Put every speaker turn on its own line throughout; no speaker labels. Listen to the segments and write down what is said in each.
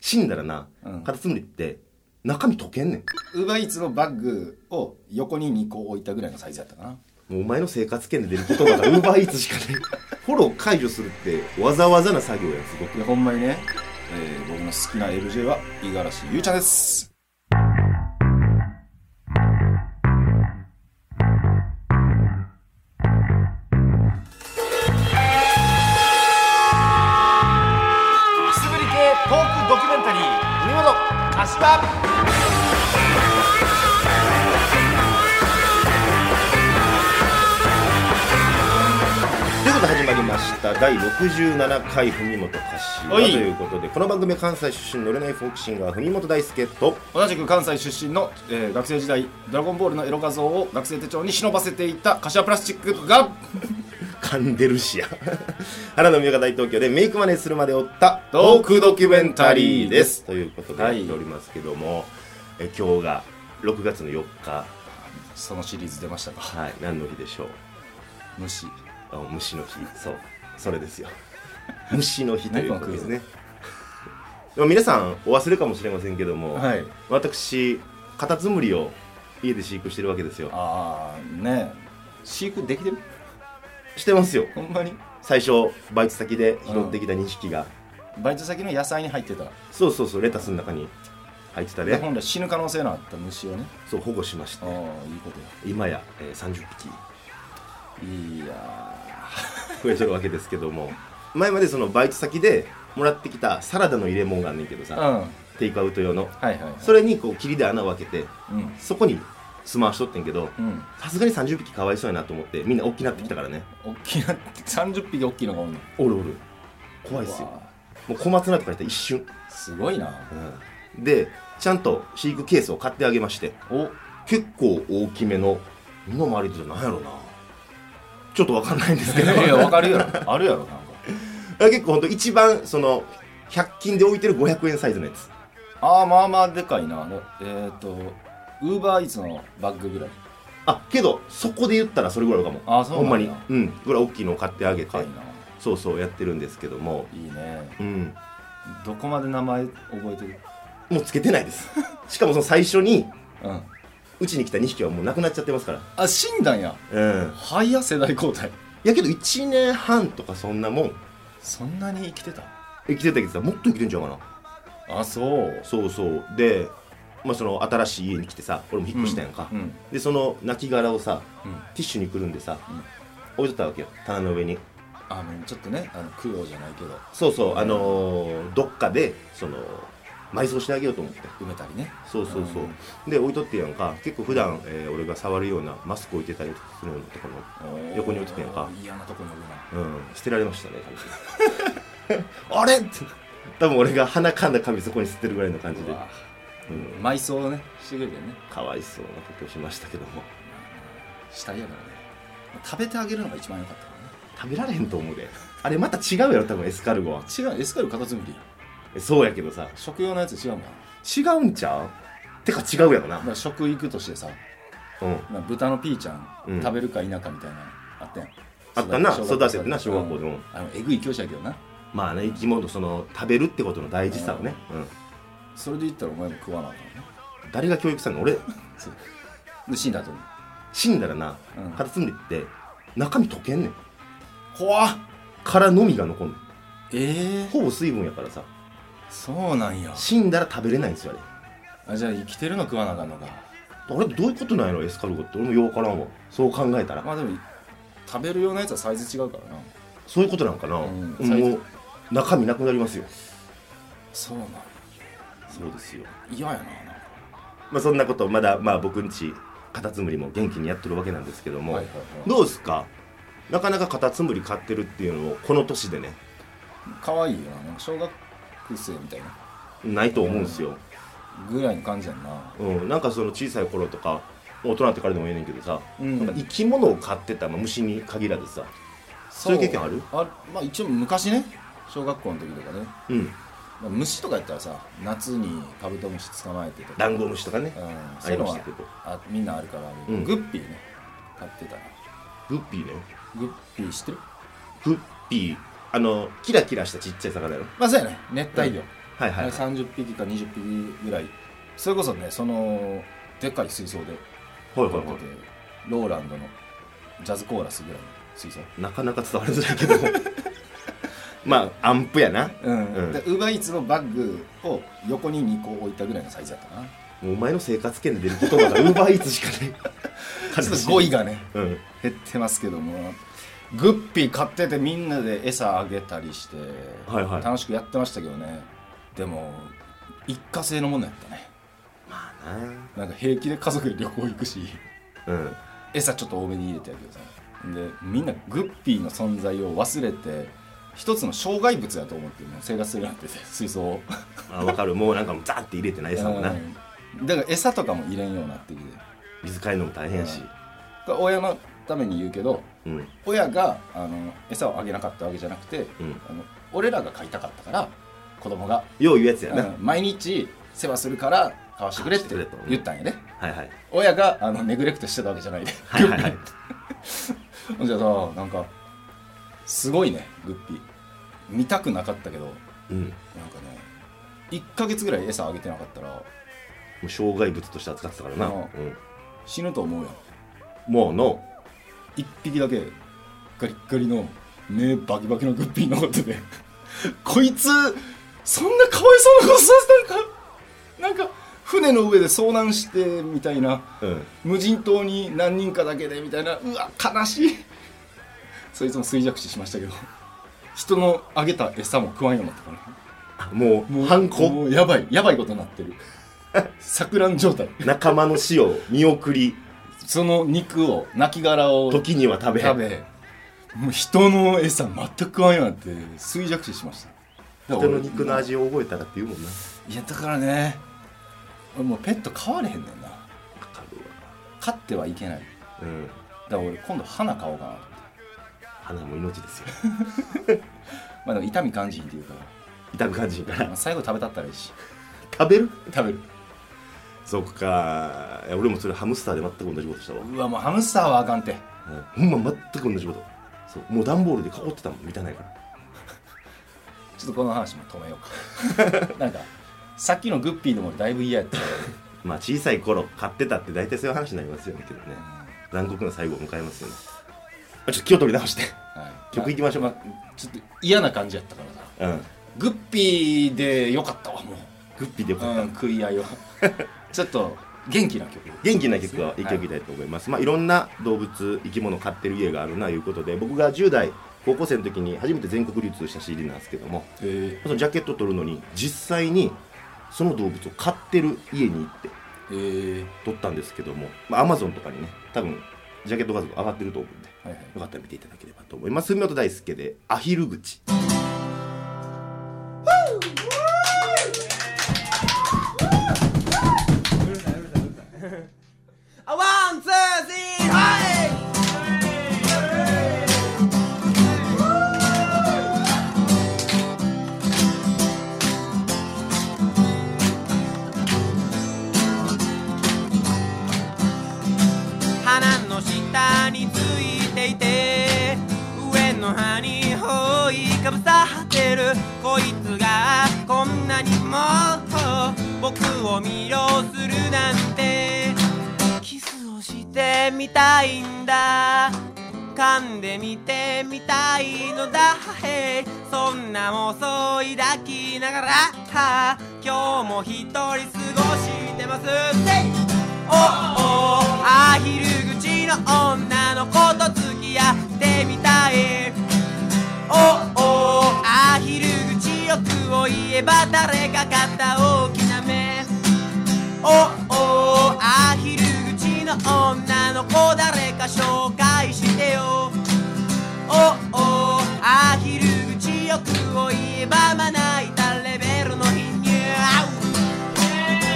死んだらな、
うん
カタツムリって中身溶けんねん。
ウーバーイーツのバッグを横に2個置いたぐらいのサイズやったかな
もうお前の生活圏で出る言葉がウーバーイーツしかない。 フォロー解除するってわざわざな作業やんすごく。
いやほんまにね、えー僕の好きな LJ は五十嵐優ちゃんです
くすぶり系トークドキュメンタリー海本柏
ということで始まりました第67回文元柏と
おい
いうことでこの番組は関西出身の乗れないフォークシンガー文元大輔と
同じく関西出身の、えー学生時代ドラゴンボールのエロ画像を学生手帳に忍ばせていた柏プラスチックが
噛んでるしや 原田美代が大東京でメイクマネーするまで追った
トークドキュメンタリーです
ということで
は
や
い
っておりますけども、え今日が6月の4日
そのシリーズ出ました か
はい何の日でしょう
虫
あ虫の日そうそれですよ 虫の日ということですねでも皆さんお忘れかもしれませんけども、
はい
私カタツムリを家で飼育してるわけですよ
ああね飼育できてる
してますよ
ほんまに
最初バイト先で拾ってきた2匹が、
バイト先の野菜に入ってた
そうそうそうレタスの中に入ってた
で
ね
本来死ぬ可能性のあった虫をね
そう保護しまして
ああいいことや
今や、えー30匹
いや
増えてるわけですけども前までそのバイト先でもらってきたサラダの入れ物があんねんけど
ー
さ、
うん
テイクアウト用の
はいはい
それにこう霧で穴を開けて
うん
そこに住まわしとってんけど
うん
さすがに30匹かわいそうやなと思ってみんな大きなってきたからね
大きな30匹大きいのがおんの
おるおる怖いっすよ
わ
もう小松菜とかやったら一瞬、
あすごいな
うんでちゃんと飼育ケースを買ってあげまして
お
結構大きめの身の回りってなんやろなちょっとわかんないんですけど
いやいやわかるやろあるやろなん か
結構ほんと一番その100均で置いてる500円サイズのやつ
ああまあまあでかいなえっ、とウーバーイーツのバッグぐらい
あけどそこで言ったらそれぐらいかも
あそう
ほんま
なん
に
や
うんぐらい大きいのを買ってあげ
で
て
かいな
そうそうやってるんですけども
いいね
うん
どこまで名前覚えてる
もうつけてないです しかもその最初に
うん
うちに来た2匹はもうなくなっちゃってますから
あ死んだんや
うん
早世代交代
やけど1年半とかそんなもん
そんなに生きてた
生きてたけどさもっと生きてんちゃうかな
あそう
そうそうで、まあ、その新しい家に来てさ俺も引っ越したやんか、
うん
でその亡きをさ
うん
ティッシュにくるんでさ、
うん
置いとったわけよ棚の上に
あのちょっとねあの供養じゃないけど
そうそうあのーどっかでその埋葬してあげようと思って
埋めたりね
そうそうそう、
うん
で置いとってやんか結構普段、えー俺が触るようなマスク置いてたりするようなとこ横に置いてたやんか
嫌なとこに置くな
ろ、うん、捨てられましたねあれって 多分俺が鼻かんだ紙そこに捨てるぐらいの感じで、
うわ
うん、
埋葬をねしてくれてね
かわいそうなことをしましたけども
死体やからね食べてあげるのが一番良かったからね
食べられへんと思うであれまた違うやろ多分エスカルゴは
違うエスカルゴカタツムリ
えそうやけどさ
食用のやつ違うもんだか
違うんちゃうてか違うやろな
ら食育としてさ
うん
まあ豚のピーちゃん、
うん
食べるか否かみたいなのあったやん
あったな
小学
育ててな小学校でも
うんあのえぐい教師やけどな
まあね生き物その食べるってことの大事さをね、うん、
それで言ったらお前も食わなあかんね
誰が教育したの俺
そうで死んだ後に
死んだらな、
うん
カタツムリって中身溶けんねん
怖っ
殻のみが残んねん
ええ
ほぼ水分やからさ
そうなんや
死んだら食べれないんですよあれ
あじゃあ生きてるの食わなあかんのか
あれどういうことなんやろエスカルゴって俺もようわからんわそう考えたら、
まあでも食べるようなやつはサイズ違うからな
そういうことなんかな、
うん
もう中身なくなりますよ
そうなん
そうですよ
嫌やななんか
まあそんなことまだまあ僕んちカタツムリも元気にやってるわけなんですけども、
はいはいはい
どうですかなかなかカタツムリ飼ってるっていうのをこの年でね
可愛いよななんか小学生みたいな
ないと思うんですよ、
ぐらいの感じやんな
うんなんかその小さい頃とか大人になってからでもええねんけどさ、
うん
なんか生き物を飼ってた、まあ、虫に限らずさそういう経験ある
あまあ一応昔ね小学校の時とかね、
うん
まあ、虫とかやったらさ夏にカブトムシ捕まえてとか
ダンゴムシとかね
うん
あ
そうい
り
うの
ました
は
けど
あみんなあるからあるけど、
うん
グッピーね買ってたな
グッピーね
グッピー知ってる
グッピーあのキラキラしたちっちゃい魚やろ
まあそうやね熱帯魚、
はいはいはい
30匹か20匹ぐらいそれこそねそのでっかい水槽で
ほいほ
撮っ
い
て
ほ
てローランドのジャズコーラスぐらいの水槽
いなかなか伝わりづらいけど まあアンプやな
うん、
うん
でウーバーイーツのバッグを横に2個置いたぐらいのサイズだったかな
もうお前の生活圏で出る言葉がウーバーイーツしかない
ちょっと語彙がね
うん
減ってますけどもグッピー買っててみんなで餌あげたりして、
はいはい
楽しくやってましたけどねでも一過性のものやったね
まあ
なんか平気で家族で旅行行くし
なうん
餌ちょっと多めに入れてやけどさでみんなグッピーの存在を忘れて一つの障害物だと思ってもう生活するなんて水槽を
あ分かるもうなんかザーって入れてないさもな
うんだから餌とかも入れんようになってきて
水替えるのも大変やし
これ親のために言うけど
うん
親があの餌をあげなかったわけじゃなくて、
うん
あの俺らが飼いたかったから子供が、
よう言うやつや
う
な、
ん毎日世話するから飼わしてくれって
飼わしてくれと
言ったんやね
はいはい
親があのネグレクトしてたわけじゃないで
はいはいはい
ほんじゃさなんかすごいねグッピー見たくなかったけどなんか
うんも
ね1ヶ月ぐらい餌あげてなかったら
う障害物として扱ってたからな、
う
うんん、
死ぬと思うやん
もうの
一匹だけガリッガリの目バキバキのグッピー残ってて こいつそんなかわいそうなことさせたんかなんか船の上で遭難してみたいな
うん
無人島に何人かだけでみたいなうわ悲しいそいつも衰弱死しましたけど人のあげた餌も食わんようになった
あ
から
もう反抗
もうやばいやばいことになってる錯乱状態
仲間の死を見送り
その肉を亡きを
時には食べ
食べもう人の餌全く食わんようになって衰弱死しましただ
人
か
の
ら俺
肉の味を覚えたらって言うもんない
やだからね俺もうペット飼われへんねんな
わかる
飼ってはいけない
わ
だ
うん
から俺今度花買おうかなと思って
花も命ですよ
まあでも痛み感じんっていうから、
痛く感じるか
ま
ら
あ最後食べたったらいいし
食べる
食べる
そっかいや俺もそれハムスターで全く同じことしたわ、
うわもうハムスターはあかんて
うんほんま全く同じことそうもう段ボールで囲ってたもん見たないから
ちょっとこの話も止めよう かなんかさっきのグッピーでもだいぶ嫌やったから
まあ小さい頃買ってたって大体そういう話になりますよねけどね残酷な最後を迎えますよねあちょっと気を取り直して
はい
曲いきましょう
あちょっと嫌な感じやったからさ
うん
グッピーでよかったわもう
グッピーでよかった、
うん、食い合 いをちょっと元気な曲
元気な曲は一曲いき
で、
たいと思います、い、まあいろんな動物生き物飼ってる家があるなということで僕が10代高校生の時に初めて全国流通した CD なんですけども
え
そのジャケット取るのに実際にその動物を飼ってる家に行って
ー、え
取ったんですけども、まあ、Amazon とかにね多分ジャケット画像上がってると思うんで
はいはい
よかったら見ていただければと思います文本大輔で「アヒル口」
A one, two, three, hey! 花の下についていて上の歯に覆いかぶさってるこいつがこんなにも僕を魅了するなんてキスをしてみたいんだ噛んでみてみたいのだへいそんな妄想い抱きながらは今日も一人過ごしてますせいおおアヒル口の女の子と付き合ってみたいおおアヒル口欲を言えば誰か買った大きな目おおアヒル口の女の子誰か紹介してよおおアヒル口欲を言えばまな板レベルの貧乳あう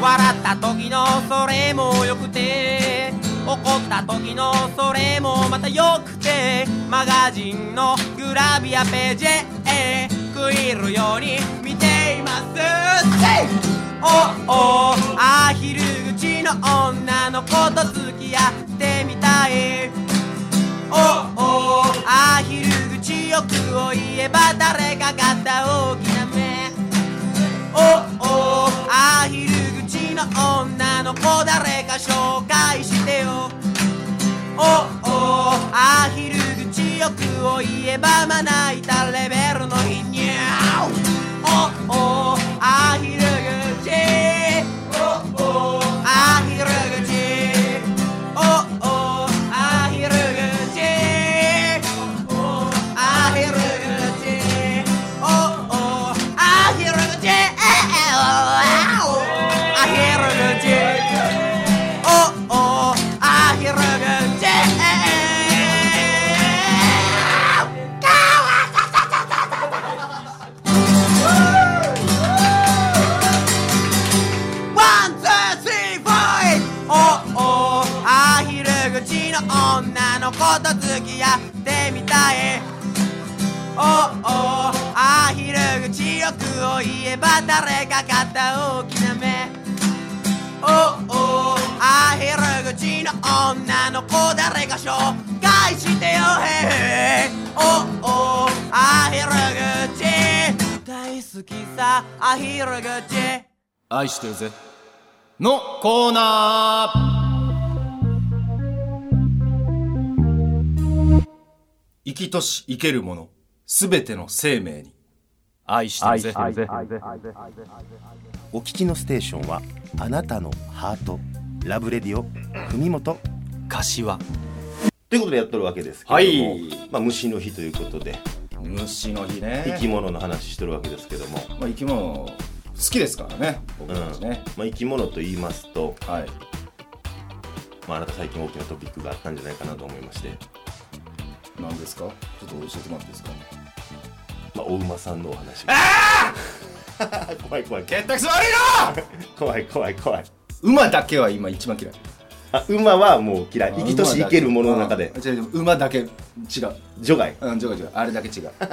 笑った時のそれもよくて怒った時のそれもまたよくてマガジンのグラビアページへ食い入るように見ていますせいおおおアヒル口の女の子と付き合ってみたいおおアヒル口欲を言えば誰かがった大きな目おおアヒル口の女の子誰か紹介してよおおアヒル口欲を言えばまな板レベルの日にゃおおアヒル口おおアヒル口おおアヒル口おおアヒル口おおアヒル口ええおおアヒル口 Oh, おおアヒル軍人ワンツースリーフォーイおおアヒル口の女の子と付き合ってみたいおおアヒル口欲を言えば誰か買った大きな目おおアヒル口の女の子誰が紹介してよへへおおアヒル口大好きさアヒル口
愛してるぜのコーナー生きとし生けるものすべての生命に愛してるぜ
お聞きのステーションはあなたのハートラブレディオ文元
柏
ということでやっとるわけですけども、
はい
まあ、虫の日ということで
虫の日ね
生き物の話しとるわけですけども、
まあ、生き物好きですからね僕たちね、
まあ、生き物と言いますと、
はい
まあ、あなた最近大きなトピックがあったんじゃないかなと思いまして、
何ですかちょっと教えてもらっていいですか
まあ、お馬さんのお話 怖い怖い
結託す悪い
怖い怖い怖い
の馬だけは今一番嫌い
あ馬はもう嫌い生きとし生けるものの中で
あ違う違う馬だけ違う
除外
うん違う違うあれだけ違 う干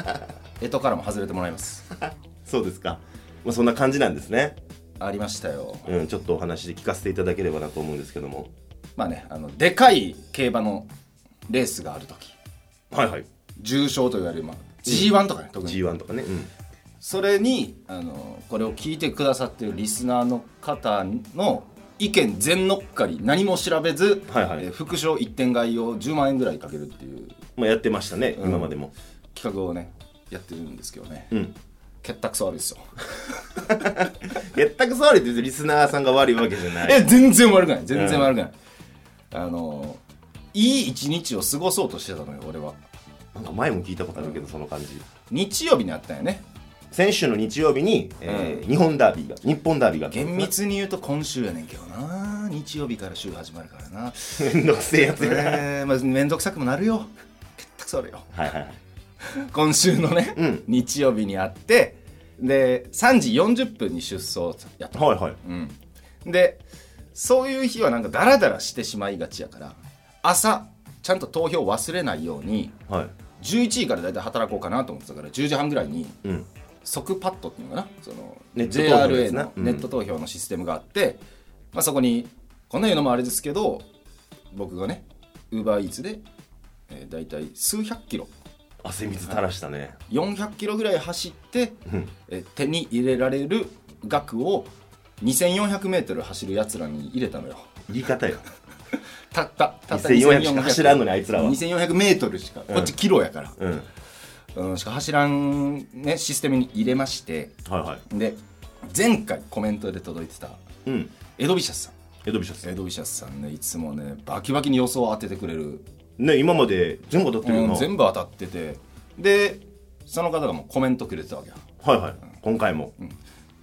支からも外れてもらいます
そうですか、まあ、そんな感じなんですね、
ありましたよ
うん、ちょっとお話で聞かせていただければなと思うんですけども
まあねあのでかい競馬のレースがある時
はいはい
重賞と言われる、まあ、G1 とかね、特に
G1 とかね、うん、
それにあのこれを聞いてくださってるリスナーの方の意見全乗っかり何も調べず、
はいはい
えー副賞1点買いを10万円ぐらいかけるっていう
まあ、やってましたね、
ん
今までも
企画をねやってるんですけどね、
うん
結託さ悪いですよ
全くそうあれってリスナーさんが悪いわけじゃない
え全然悪くない全然悪くない、あのいい一日を過ごそうとしてたのよ俺は
なんか前も聞いたことあるけどその感じ
日曜日にあったんよね
先週の日曜日に、えー日本ダービーが日本ダービーが
厳密に言うと今週やねんけどな日曜日から週始まるからな
めんどくせえやつ やはい
えー、まあ面倒くさくもなるよ結託さ悪いよ
はいはい
今週のね、
うん
日曜日にあってで3時40分に出走やった、
はいはい
うん、でそういう日はなんかダラダラしてしまいがちやから朝ちゃんと投票忘れないように
はい
11時からだいたい働こうかなと思ってたから10時半ぐらいに
うん
即パッドっていうのかなその
ネット投票のや
JRA
つな
のネット投票のシステムがあって、まあ、そこにこんな言うのもあれですけど僕がね UberEats で、えー、大体数百キロ
汗水垂らしたね、
400キロぐらい走って、
うん
えー手に入れられる額を 2400m 走るやつらに入れたのよ
言い方よ
たったたった
2400しか走らんのにあいつらは
2400m しか、こっちキロやから、
うんはい
うん、しか走らん、ね、システムに入れまして
はい
で前回コメントで届いてた
うん
エドビシャスさん
エドビシャス
エドビシャスさんねいつもねバキバキに予想を当ててくれる、
ね今まで全部当たってるよ
う
な、
ん全部当たっててでその方がもうコメントくれてたわけよ
はいはい今回も、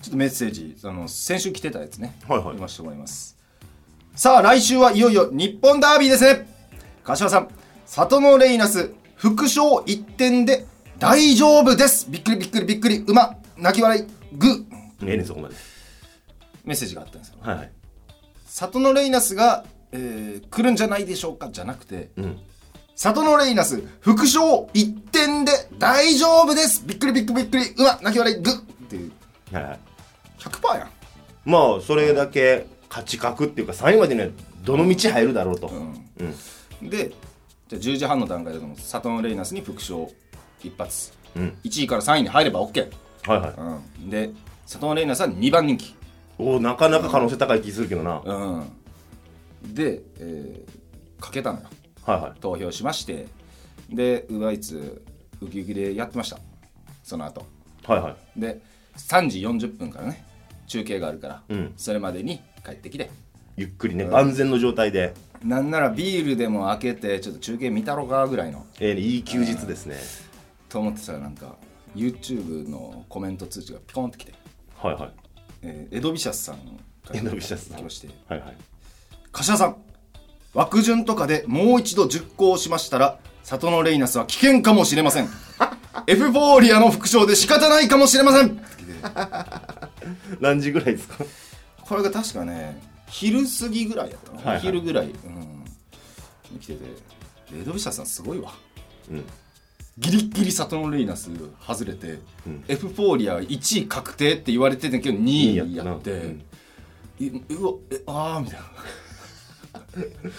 ちょっとメッセージあの先週来てたやつね、
はいはい
読ませてもらいますさあ来週はいよいよ日本ダービーですね柏さん里のレイナス副賞1点で大丈夫ですびっくりびっくりびっくり馬泣き笑いグー
ええねんそこまで
メッセージがあったんですよ
はいはい
里のレイナスが、えー来るんじゃないでしょうかじゃなくて
うん
里のレイナス副賞1点で大丈夫ですびっくりびっくりびっくり馬泣き笑いグーっていう
はいはい
100%やん
まあそれだけ価値格っていうか3位までにはどの道入るだろうと、うん
でじゃあ10時半の段階でもサトン・レイナスに復唱一発
うん
1位から3位に入れば OK、
はいはい
うん、でサトン・レイナスは2番人気、
おーなかなか可能性高い気するけどな、はい
うん、で、えーかけたのよ
は
投票しましてでウーバーイーツウキウキでやってましたその後
いはいはい
で3時40分からね中継があるから、
うん
それまでに帰ってきて
ゆっくりね、安全の状態で、
なんならビールでも開けてちょっと中継見たろかぐらいの
えーいい休日ですね、
と思ってたらなんか YouTube のコメント通知がピコンってきて、
はいはい
えーエドビシャスさんから
エドビシャスさん
来まして
はいはい
柏さん枠順とかでもう一度熟考しましたら里のレイナスは危険かもしれません エフフォーリアの副賞で仕方ないかもしれません
何時ぐらいですか
これが確かね昼過ぎぐらいやったの、
はいはい
昼ぐらい、うん、に来ててでエドビシャスさんすごいわ
うん
ギリギリ里のレイナス外れて、エフフォーリア1位確定って言われてたけど2位やって
二位やっ
いううわえああみたいな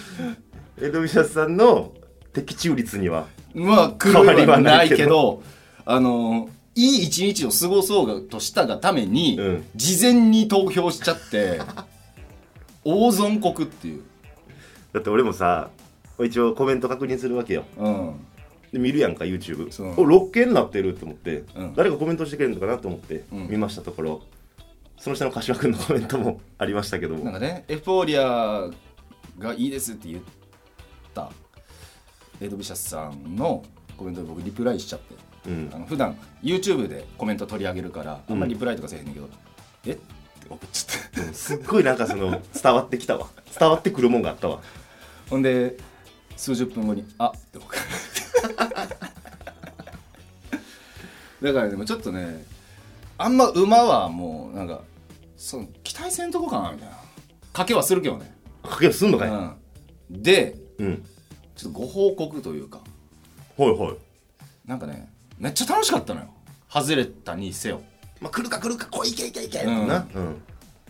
エドビシャスさんの的中率には
まあ苦
変わ
労
り
は
は
な
ないい
け
け
どあのいい一日を過ごそうとしたがために、
うん
事前に投票しちゃって 大損国っていう、
だって俺もさ一応コメント確認するわけよ
うん、
で見るやんか YouTube
そう
お6件になってると思って、
うん
誰がコメントしてくれるのかなと思って
ん
見ましたところ、その下の柏君のコメントもありましたけども
なんかねエフフォーリアがいいですって言ったエドビシャスさんのコメントで僕リプライしちゃって、
うん
あの普段 YouTube でコメント取り上げるからあんまりリプライとかせえへんねんけど、えって送っちゃって。
すっごいなんかその伝わってきたわ伝わってくるもんがあったわ
ほんで数十分後に「あっ」て僕だからでもちょっとねあんま馬はもうなんかその期待せんとこかなみたいな賭けはするけどね、
かけるすんのかい、
うん、で
うん
ちょっとご報告というか
ほいほい
なんかねめっちゃ楽しかったのよ外れたにせよ
まあ来るか来るか来いいけいけいけ、
うん
なうん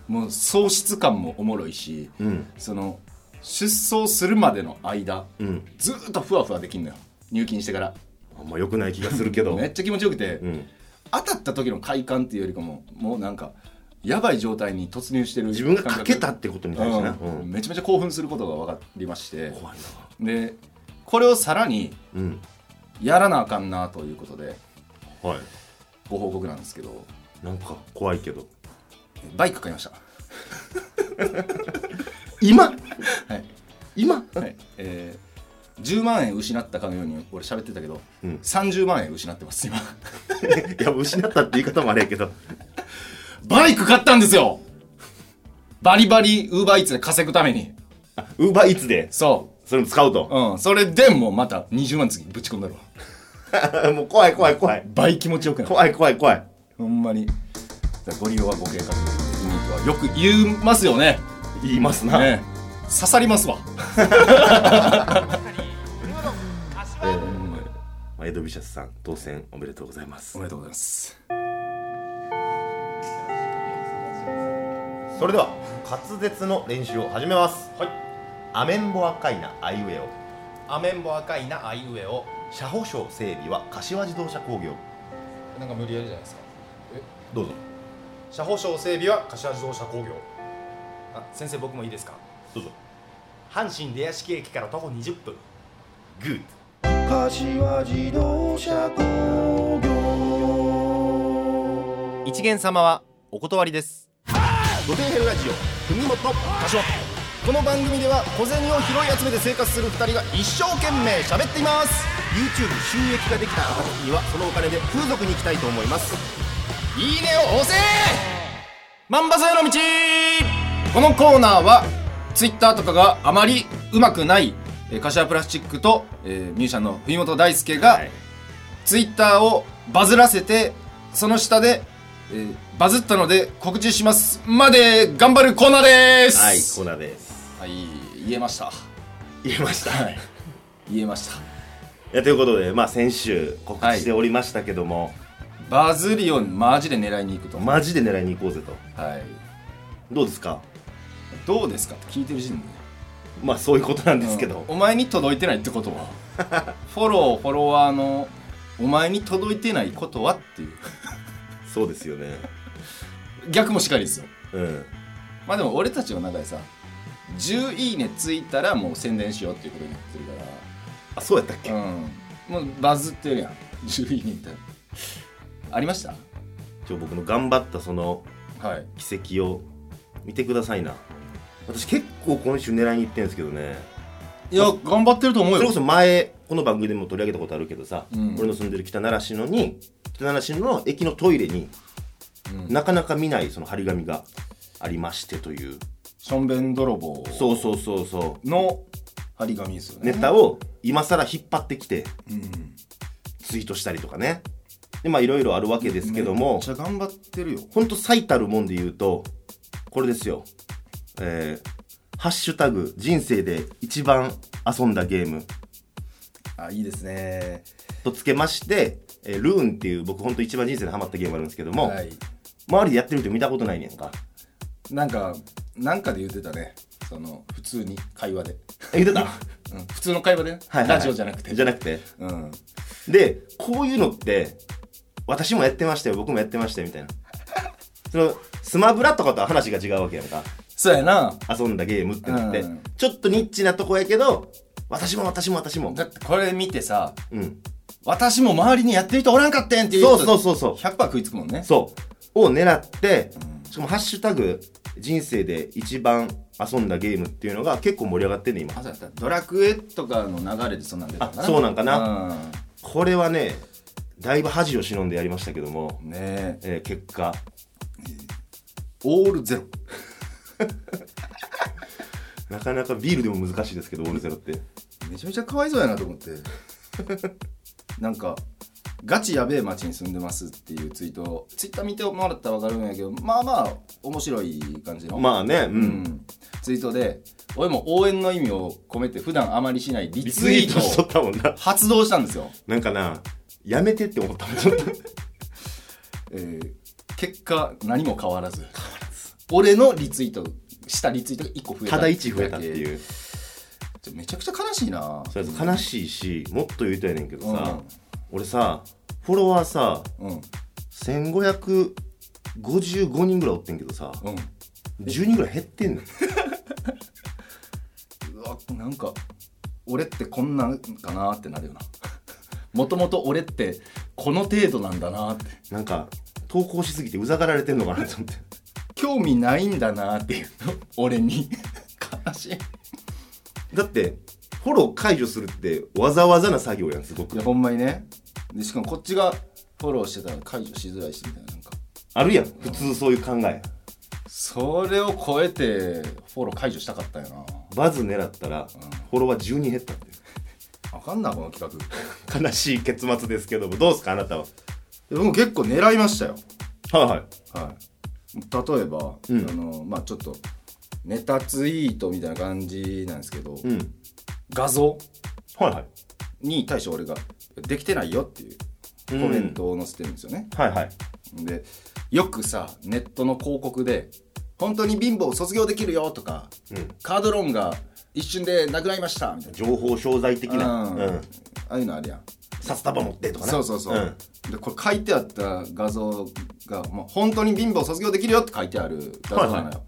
もう喪失感もおもろいし、
うん
その出走するまでの間
うん
ずーっとふわふわできんのよ入金してから
あんま良くない気がするけど
めっちゃ気持ちよくて、
うん、
当たった時の快感っていうよりかももうなんかやばい状態に突入してる
自分がかけた
感
ってことに対してな、
覚、
う
うんんめちゃめちゃ興奮することが分かりまして
怖いな
でこれをさらに
うん
やらなあかんなということで
はい
ご報告なんですけど
なんか怖いけど
バイク買いました
今
はい、
今
はいえー10万円失ったかのように俺喋ってたけど、
うん
30万円失ってます今
いや失ったって言い方もあれやけど
バイク買ったんですよバリバリウーバーイーツで稼ぐために
ウーバーイーツで
そう
それも使うと、
うん、それでもうまた20万次ぶち込んだるわ
もう怖い怖い怖い
倍気持ちよくなる
怖い怖い怖い
ほんまにご利用はご計画でいいとはよく言いますよね
言いますな、
ね刺さりますわ
えーまあエドビシャスさん当選おめでとうございます
おめでとうございます
それでは滑舌の練習を始めます
はい
アメンボ赤いなあいうえお
アメンボ赤いなあいうえを
車保証整備は柏自動車工業
なんか無理やりじゃないですか
どうぞ
車保証整備は柏自動車工業あ先生僕もいいですか
どうぞ
阪神出屋敷駅から徒歩20分
グッ
一元様はお断りです
ド底辺ラジオ国本柏
この番組では小銭を拾い集めて生活する2人が一生懸命喋っています
YouTube 収益ができた暁にはそのお金で風俗に行きたいと思います
いいねを押せ万馬への道このコーナーは Twitter とかがあまりうまくないえー柏プラスチックと、えーミュージシャンの文本大輔が、
はい
Twitter をバズらせてその下で、えーバズったので告知しますまで頑張るコーナーです
はいコーナーです
はい言えました
言えま した、い、
言えました
やということでまあ先週告知しておりましたけども、
バズりをマジで狙いに行くと、
マジで狙いに行こうぜと
はい
どうですか
どうですかって聞いてる時点でね
まあそういうことなんですけど、
うんお前に届いてないってことは フォローフォロワーのお前に届いてないことはっていう
そうですよね
逆もしかりですよ
うん
まあでも俺たちの中でさ10いいねついたらもう宣伝しようっていうことになってるか
あそうやったっけ、
らうんもうバズってるやん10いいね ってありました
今日僕の頑張ったその
はい
奇跡を見てくださいな私結構今週狙いに行ってんですけどね
いや頑張ってると思
そうれ
よ
こそ前この番組でも取り上げたことあるけどさ、
うん
俺の住んでる北習志野に北習志野の駅のトイレに、
うん
なかなか見ないその張り紙がありましてという
しょんべん泥棒
そうそうそうそ
の張り紙ですよ
うネ
ね
タを今更引っ張ってきて
うん
ツイートしたりとかねでまあいろいろあるわけですけど
め
も
っちゃ頑張ってるよ
ほんと最たるもんで言うとこれですよえーハッシュタグ人生で一番遊んだゲーム
あいいですね
とつけまして、えールーンっていう僕ほんと一番人生でハマったゲームあるんですけども、
はい
周りでやってる人見たことないねんか
なんかなんかで言ってたねその普通に会話で、
え言ってた
うん、普通の会話でね、
はいはいはい
ラジオじゃなくて
じゃなくて
うん
でこういうのって私もやってましたよ僕もやってましたよみたいなそのスマブラとかとは話が違うわけやんか
そうやな
遊んだゲームってなって、
うん
ちょっとニッチなとこやけど私も私も私も
だってこれ見てさ
うん
私も周りにやってる人おらんかってんっていう
そう
人
そうそうそう
100%食いつくもんね
そうを狙ってしかも「ハッシュタグ人生で一番遊んだゲーム」っていうのが結構盛り上がってんね今
あそうやったドラクエとかの流れでそんなん出たかな
あそうなんかな
うん
これはねだいぶ恥を忍んでやりましたけども、
ねえ
えー結果
オールゼロ
なかなかビールでも難しいですけどオールゼロって
めちゃめちゃかわいそうやなと思って なんか「ガチやべえ町に住んでます」っていうツイートをツイッター見てもらったら分かるんやけどまあまあ面白い感じの
まあねう、
うんん、ツイートで俺も応援の意味を込めて普段あまりしないリ
リ
ツ
ツ
イ
イー
ー
トしと
ト
っ
を
たもんな
発動したんですよ、
なんかなやめてって思ったもんちょっと
えー結果何も変わらず俺のリツイートしたリツイートが1個増えた
ただ1増えたって
う
いう
めちゃくちゃ悲しいな
それ悲しいしもっと言うとやねんけどさ、
うん
俺さフォロワーさ
うんうん
1555人ぐらいおってんけどさ、10人ぐらい減ってんの
うわなんか俺ってこんなんかなってなるよな もともと俺ってこの程度なんだなって
なんか投稿しすぎてうざがられてんのかなと思って
興味ないんだなっていうの俺に悲しい
だってフォロー解除するってわざわざな作業やんすご
い
く
やほんまにねでしかもこっちがフォローしてたら解除しづらいしみたいななんか
あるやん普通そういう考え
それを超えてフォロー解除したかったよな
バズ狙ったらフォロワー10人減ったってい
あかんなこの企画
う悲しい結末ですけどもどうですかあなたは
で僕も結構狙いましたよ
はいはい
はい例えば、
うん
あのまあちょっとネタツイートみたいな感じなんですけど、
うん
画像
はいはい
に対して俺が「できてないよ」っていうコメントを載せてるんですよね、
はいはい
でよくさネットの広告で「本当に貧乏を卒業できるよ」とか、
ん
カードローンが一瞬でなくなりました」みたいな
情報商材的な、
う
うんん、
ああいうのあるやん
札束持ってとかね
そうそうそう、
ん
でこれ書いてあった画像が「もう本当に貧乏を卒業できるよ」って書いてある画像なのよ、
はい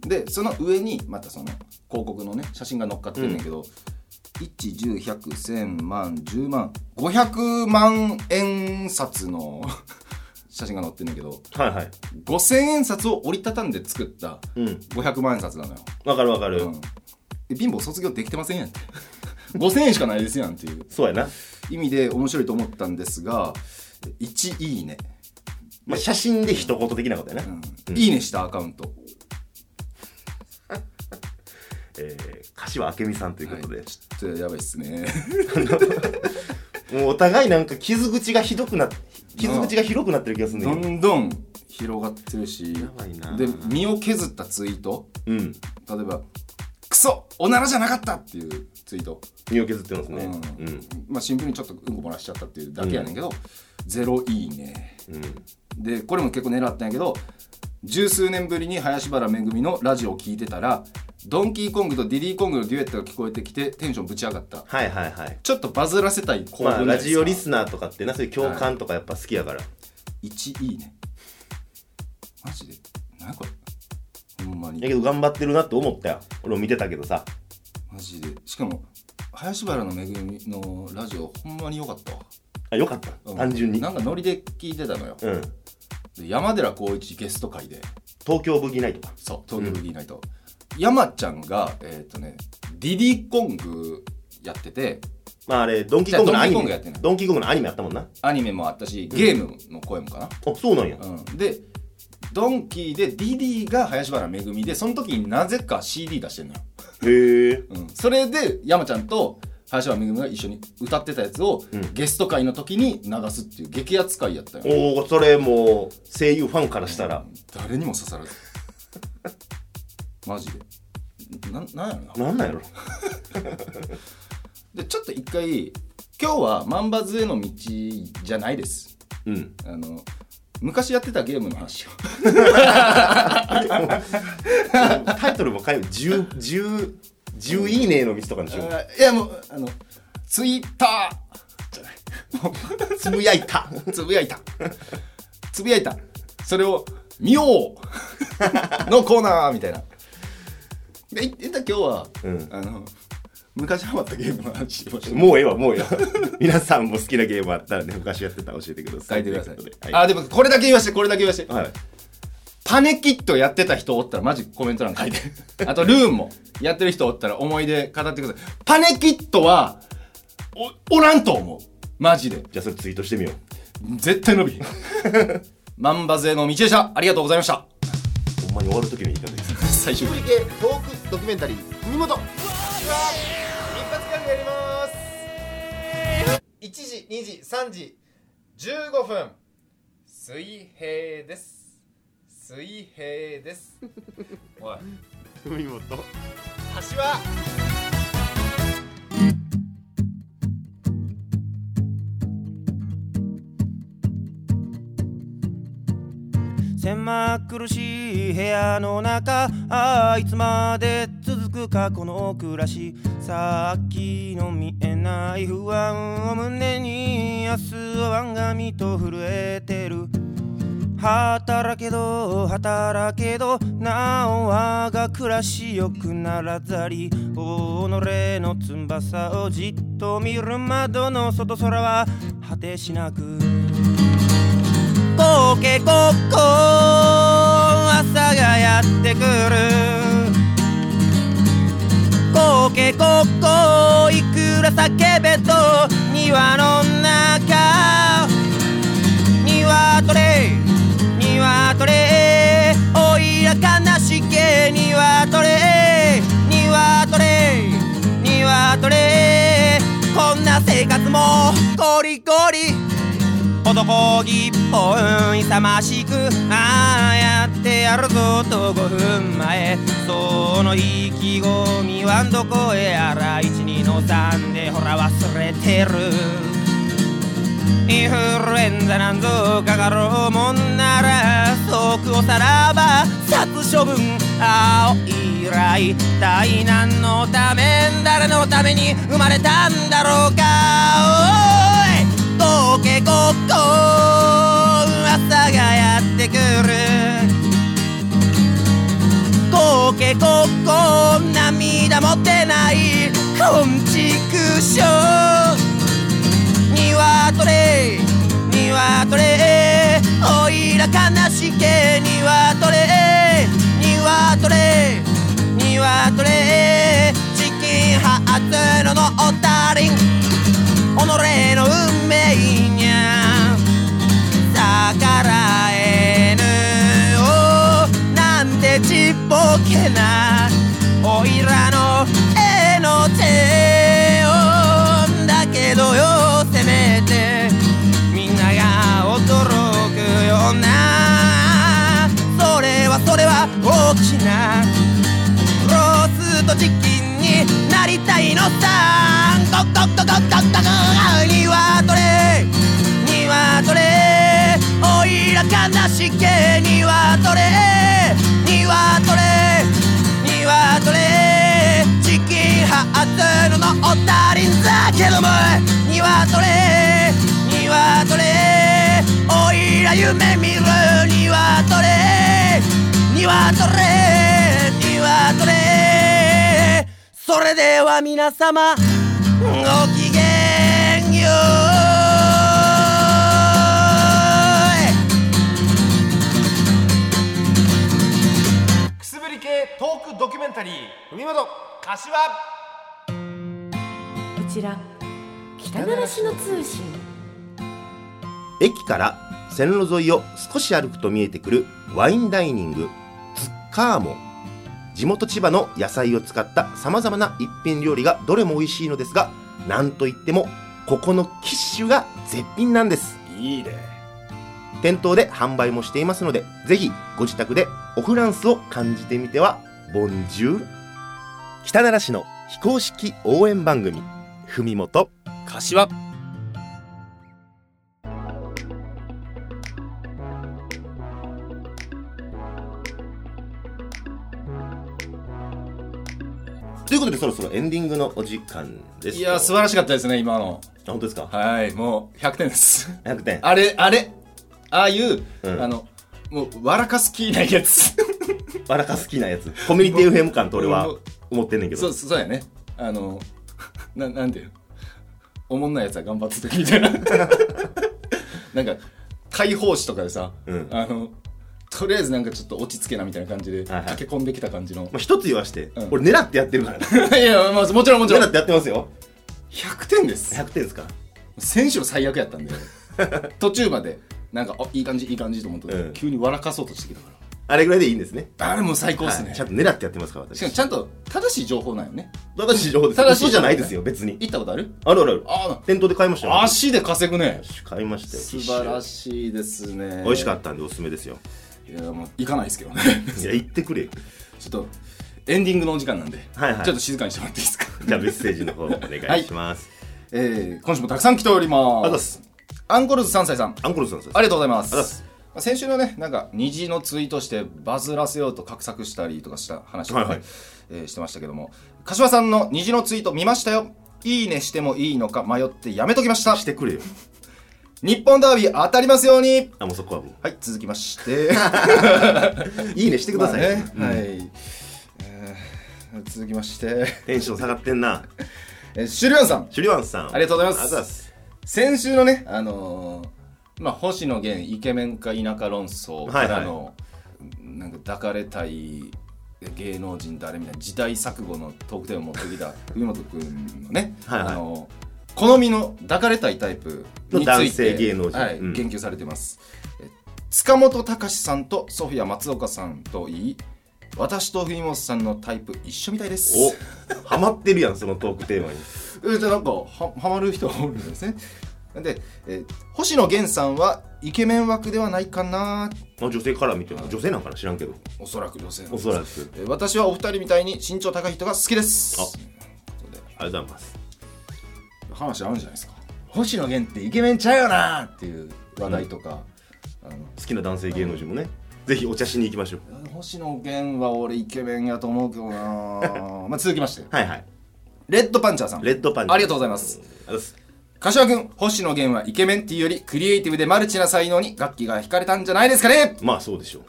でその上にまたその広告のね写真が載っかってるんだけど、110100100万10万500万円札の 写真が載ってるんだけど
はいはい
5000円札を折りたたんで作った
うん
500万円札なのよ、
わかるわかる、
うんで貧乏卒業できてませんやんって5000円しかないですやんっていう
そうやな、
意味で面白いと思ったんですが1いいね、
まあ、写真で一言的なことやな、
うん
うん
いいねしたアカウント
えー、柏明美さんということで、
ちょっとやばいっすね
もうお互いなんか傷口がひどくな傷口が広くなってる気がするんだ
ど
けど
んどん広がってるし
ばいな
で身を削ったツイート
うん
例えば「クソおならじゃなかった!」っていうツイート
身を削ってますね
う
うんん
まあシンプルにちょっとうんこ漏らしちゃったっていうだけやねんけど、ゼロいいね
うん
でこれも結構狙ったんやけど十数年ぶりに林原めぐみのラジオを聞いてたらドンキーコングとディディーコングのデュエットが聞こえてきてテンションぶち上がった
はいはいはい
ちょっとバズらせたい興
まあ
奮
ラジオリス
ナ
ナーとかってなそういう共感とかやっぱ好きやから、
ー1いいねマジで何やこれほんまに
やけど頑張ってるなって思ったよ俺も見てたけどさ
マジでしかも林原のめぐみのラジオほんまに良かったわ、
あよかった
うん
単純に
なんかノリで聞いてたのよ、
うん
で山寺宏一ゲスト会で
東京ブギーナイトか
そう東京ブギーナイト、山ちゃんがえっ、とねディディコングやってて
まああれドンキーコングのアニ
じゃ
メ
あドンキーコングやってない
ドンキーコングのアニメあったもんなあ
アニメもあったしゲームの声もかな、
そうなんや、
うん、でドンキーでディディが林原めぐみでその時になぜか CD 出してんのよ、
へえ
うん、それで山ちゃんと林原めぐみが一緒に歌ってたやつを、
うん
ゲスト会の時に流すっていう激アツ会やったよ
おおそれもう声優ファンからしたら、
誰にも刺さらずマジでななんやろな
なんなんやろ
でちょっと一回今日は万バズへの道じゃないです
うん
あの昔やってたゲームの話を
タイトルも変えよう10 10 10いいねの道とかにしよう
いやもうあのツイッタ ーじゃないも
つぶやいた
うつぶやいたつぶやいたそれを見ようのコーナーみたいなでい一旦今日は、
うん
あの昔ハマったゲームの話をして
もうええわもうええわ 皆さんも好きなゲームあったらね昔やってたら教えてくださ
書
い
いてください
とうことでは
あでもこれだけ言わしてこれだけ言わして、
い、はい、
パネキットやってた人おったらマジコメント欄書 いてあとルーンもやってる人おったら思い出語ってくださいパネキットはおおらんと思うマジで
じゃあそれツイートしてみよう
絶対伸びひんマンバ勢の道でしたありがとうございました
ほんまに終わる時に言いたんです
最終
福
回
井系トークドキュメンタリー海本
一発ギャグやります1時2時3時15分水平です水平ですおい
海本
橋は
狭苦しい部屋の中ああいつまで続く過去の暮らしさっきの見えない不安を胸に明日は我が身と震えてる働けど働けどなお我が暮らしよくならざり己の翼をじっと見る窓の外空は果てしなくコケコッコー朝がやってくるコケコッコーいくら叫べと庭の中鶏鶏おいら悲しけ鶏鶏鶏こんな生活もゴリゴリ男気っぽい勇ましくああやってやるぞと5分前その意気込みはどこへやら一二の三でほら忘れてるインフルエンザなんぞかかろうもんなら即をさらば殺処分青い来大難のため誰のために生まれたんだろうかおいコケコッコ朝がやってくるコケコッコ涙も出ない昆虫ショーニワトレニワトレおいら悲しけニワトレニワトレニワトレチキンハーツのノータリン己の運命にゃ逆らえぬなんてちっぽけなおいらの絵の手をだけどよせめてみんなが驚くようなそれはそれは大きなローストチキンになりたいのさコッコッコッコッコッコッコッニワトレニワトレおいら悲しけにはどれにはどれにはどれチキンハーツのおたりんだけどもにはどれにはどれおいら夢見るにはどれにはどれにはどれそれでは皆様ごきげんよう
くすぶり系トークドキュメンタリー海本柏
こちら北鳴らしの通信
駅から線路沿いを少し歩くと見えてくるワインダイニングツッカーモン地元千葉の野菜を使ったさまざまな一品料理がどれも美味しいのですがなんといってもここのキッシュが絶品なんです
いいね
店頭で販売もしていますのでぜひご自宅でオフランスを感じてみてはボンジュール北奈良市の非公式応援番組「ふみもと
柏
ということでそろそろエンディングのお時間です
いや素晴らしかったですね今の
あ本当ですか
はいもう100点です
100点
あれあれああいう、
うん
あのもう笑かす気ないや つ
笑かす気なやつコミュニティ FM 感と俺 は
うん
思ってんねんけ
そ
ど
うそうやねあのななんていうのおもんないやつは頑張っててみたいな なんか解放誌とかでさ、
うん
あのとりあえずなんかちょっと落ち着けなみたいな感じで
はいはい
駆け込んできた感じの、
まあ、一つ言わして、
うん
俺狙ってやってる からね
い、や、まあ、もちろんもちろ
狙っ
ん
てやってますよ
100点です
100点ですか
選手の最悪やっ たんで途中までなんかあいい感じいい感じと思って、
うん
急に笑かそうとしてきたか
あれぐらいでいいんですね
らあれもう最高っすね、
はいちゃんと狙ってやってますから
し
私
かもちゃんと正しい情報なんよね
正しい情報です
正しい
嘘じゃないですよ別に
行ったことある
あるあるある
あ
店頭で買いましたよ
あ足で稼ぐね
買いましたよ
素晴ら
い
しいですね
美味しかったんでおすすめですよ
いやもう行かないですけどね
いや言ってくれよ
ちょっとエンディングのお時間なんで、
はいはい
ちょっと静かにしてもらっていいですか
じゃあメッセージの方お願いします、
えー、今週もたくさん来ておりま
ありがとうございますす
アンコールズ3歳さん
アンコールズさんです
ありがとうございます。
ありがとうございます
まあ先週のね、なんか、虹のツイートして、バズらせようと画策したりとかした話をね、
はいはい
えーしてましたけども、柏さんの虹のツイート見ましたよ。いいねしてもいいのか迷ってやめときました。
してくれよ
日本ダービー当たりますように。
あもうそこはも
はい、続き まして。
ういいねしてください、
まあねはい。えー続きまして、
テンション下がってんな
えーシュリアンさん。
シュリワンさん
ありがとうございます
ありがとうございます
先週のね、あのーまあ、星野源イケメンか田舎論争からの、なんか抱かれたい芸能人誰みたいな時代錯誤のトークテーマを持って きた文本君のね、
はいはい
あのー好みの抱かれたいタイプ
の
について
男性芸能人
はい
うん
言及されてます、え塚本隆さんとソフィア松岡さんといい私と文本さんのタイプ一緒みたいです
おハマってるやんそのトークテーマに
えーじゃあなんかはハマる人がおるんですねで、えー星野源さんはイケメン枠ではないかな
まあ女性から見ても女性なんかな知らんけど
おそらく女性の
おそらく
えー私はお二人みたいに身長高い人が好きです
あありがとうございます
話あるんじゃないですか星野源ってイケメンちゃうよなっていう話題とか、あの
好きな男性芸能人もねぜひお茶しに行きましょう
星野源は俺イケメンやと思うけどな まあ続きまして
はいはい
レッドパンチャーさん
レッドパンチ
ありがとうございます
ありがとうございます
柏君星野源はイケメンっていうよりクリエイティブでマルチな才能に楽器が惹かれたんじゃないですかね
まあそうでしょ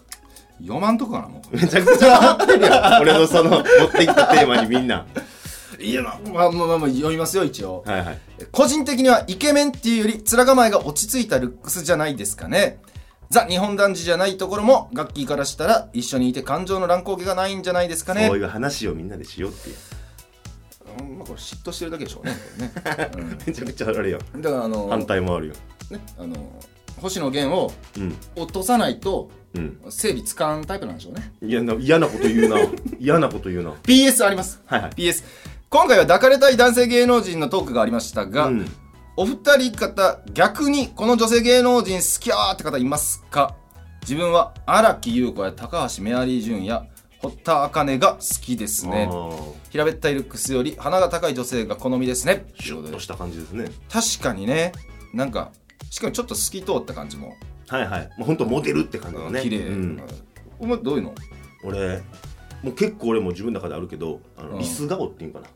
う
読まんとこかなもう
めちゃくちゃハマってるやん俺のその持ってきたテーマにみんない
や、まあまあまあまあ読みますよ、一応。
はいはい
個人的にはイケメンっていうより、面構えが落ち着いたルックスじゃないですかね。ザ・日本男児じゃないところも、ガッキーからしたら、一緒にいて感情の乱高下がないんじゃないですかね。
そういう話をみんなでしようっていう
うんまあ、これ嫉妬してるだけでしょうね。これね
めちゃくちゃあれよ
うんだから、あの、
反対もあるよ
ね、あの、星野源を
うん
落とさないと、
うん
整備つかんタイプなんでしょうね。
いやな嫌なこと 言うな嫌なこと言うな
PS あります。
はいはい
PS。今回は抱かれたい男性芸能人のトークがありましたが、
うん
お二人方逆にこの女性芸能人好きやーって方いますか自分は荒木優子や高橋メアリージュンや堀田茜が好きです
あ
ね
ー
平べったいルックスより鼻が高い女性が好みですね
シュッとした感じですね
確かにねなんかしかもちょっと透き通った感じも
はいはいもうほんとモデルって感じのね
綺麗、
うん
お前どういうの
俺もう結構俺も自分の中であるけどあの、
うん
リス顔っていうんかな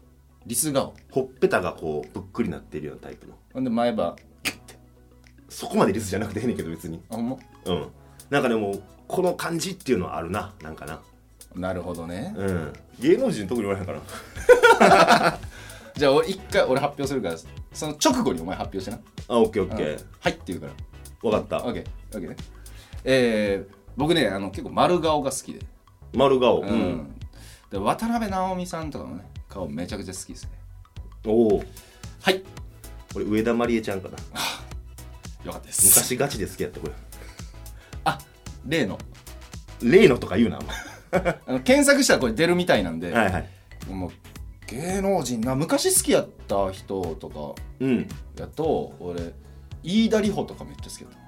リス顔
ほっぺたがこうぷっくりなってるようなタイプの
ほんで前歯
そこまでリスじゃなくてええねんけど別に
あほんま
うんなんかでもこの感じっていうのはあるななんかな
なるほどね、
うん芸能人特に言われへんから
じゃあ俺一回俺発表するからその直後にお前発表してな
あオッケーオッケー
はいって言うから
分かった
オッケーオッケーねえー、僕ねあの結構丸顔が好きで
丸顔う、
うんん、で渡辺直美さんとかもね顔めちゃくちゃ好きですね
おお
はいよ
俺上田まりえちゃんか な
かったです
昔ガチで好きやったこれ
あ例の
例のとか言うなお
あの検索したらこれ出るみたいなんで、
前はいはい
もう芸能人な昔好きやった人とか
うん
やと俺飯田里穂とかめっちゃ好きだった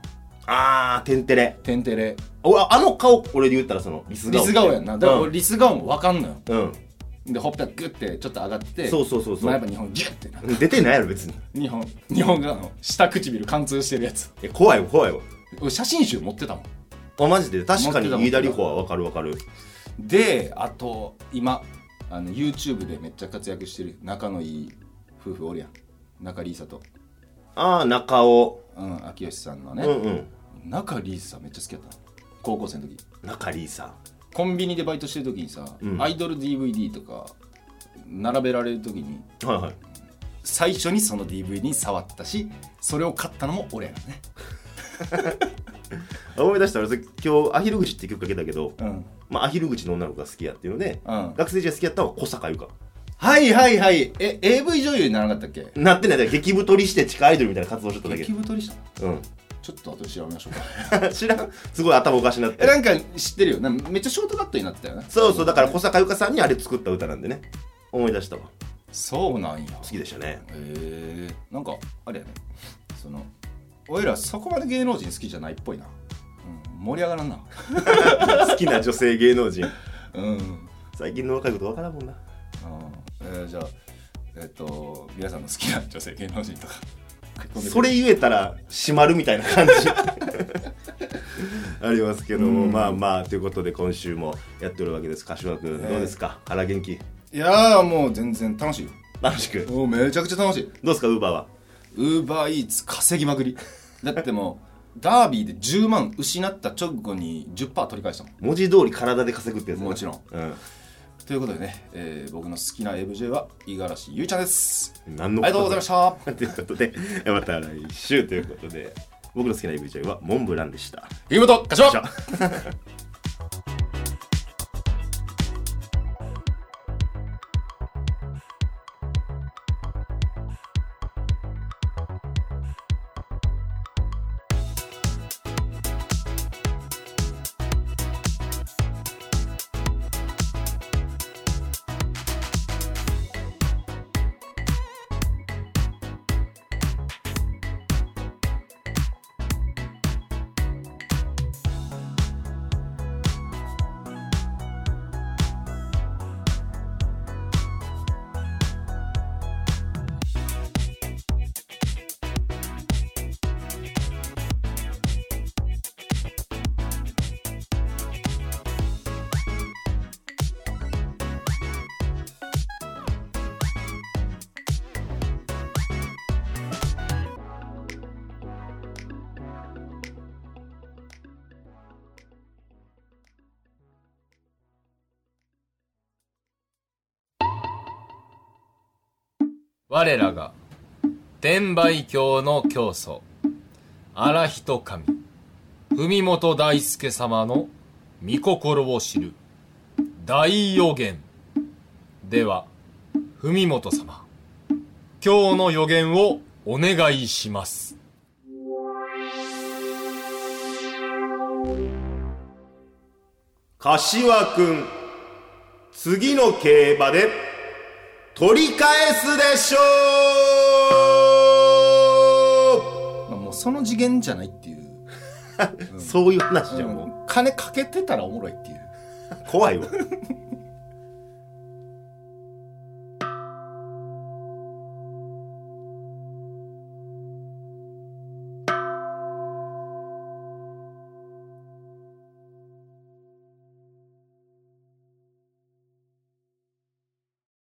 あーテンテレ
天てれ
おああの顔俺で言ったらそのリス
リ
顔
ス顔やんなだから
う
俺リス顔も分かんのよ
ん、うん
でほっぺたグッてちょっと上がって
そうそうそうそう
前歯2本ギュッてな
出てないやろ別に
日本日本があの下唇貫通してるやつ
え怖いわ怖いわ
俺写真集持ってたもん
あマジで確かに
持ってた持
飯
ってた
田里穂は分かる分かる
であと今あの YouTube でめっちゃ活躍してる仲のいい夫婦おるやん仲里依紗と、
ああ中尾
うん、秋吉さんの
う
ね、
んうん
仲里依紗めっちゃ好きやった高校生の時
中里さん
コンビニでバイトしてる時にさ、
うん
アイドル DVD とか並べられる時に
はいはい
最初にその DVD に触ったしそれを買ったのも俺やからね
あ思い出した俺それ今日「アヒル口」って曲かけたけど、
うん
まあ、アヒル口の女の子が好きやっていうので、
うん
学生時代好きやったのは小坂由香
はいはいはいえ AV 女優にならなかったっけ
なってないだから激太りして地下アイドルみたいな活動しとっただけ
激太りした
うん
ちょっと後で調べましょうか
知らん すごい頭おかしなっ
え
て
なんか知ってるよなんかめっちゃショートカットになったよね
そうそうだから小坂由香さんにあれ作った歌なんでね思い出したわ好
そうなんや
きでしたね
へえなんかあれやねその俺らそこまで芸能人好きじゃないっぽいな、うん、盛り上がらんな
好きな女性芸能人
うん
最近の若いことわからんもんな
あー、えーじゃあえっ、と皆さんの好きな女性芸能人とか
それ言えたら閉まるみたいな感じ ありますけども、まあまあということで今週もやっておるわけです柏君どうですか、腹元気
いやーもう全然楽しいよ
楽しくどう
もうめちゃくちゃ楽しい
ですかウーバーは
ウーバーイーツ稼ぎまくりだってもうダービーで10万失った直後に10%取り返したもん
文字通り体で稼ぐってやつな
もちろん、ということでね、えー僕の好きな AVJ は五十嵐優ちゃんです
うん、何
あ
の
りがとうございました
たということで また来週ということで僕の好きな AVJ はモンブランでした
杉本柏
じゃあ
我らが天売教の教祖荒人神文本大輔様の御心を知る大予言では文本様今日の予言をお願いします
柏君次の競馬で取り返すでしょ
まあもうその次元じゃないっていう
う、そういう話じゃんもう
金かけてたらおもろいっていう
怖いわ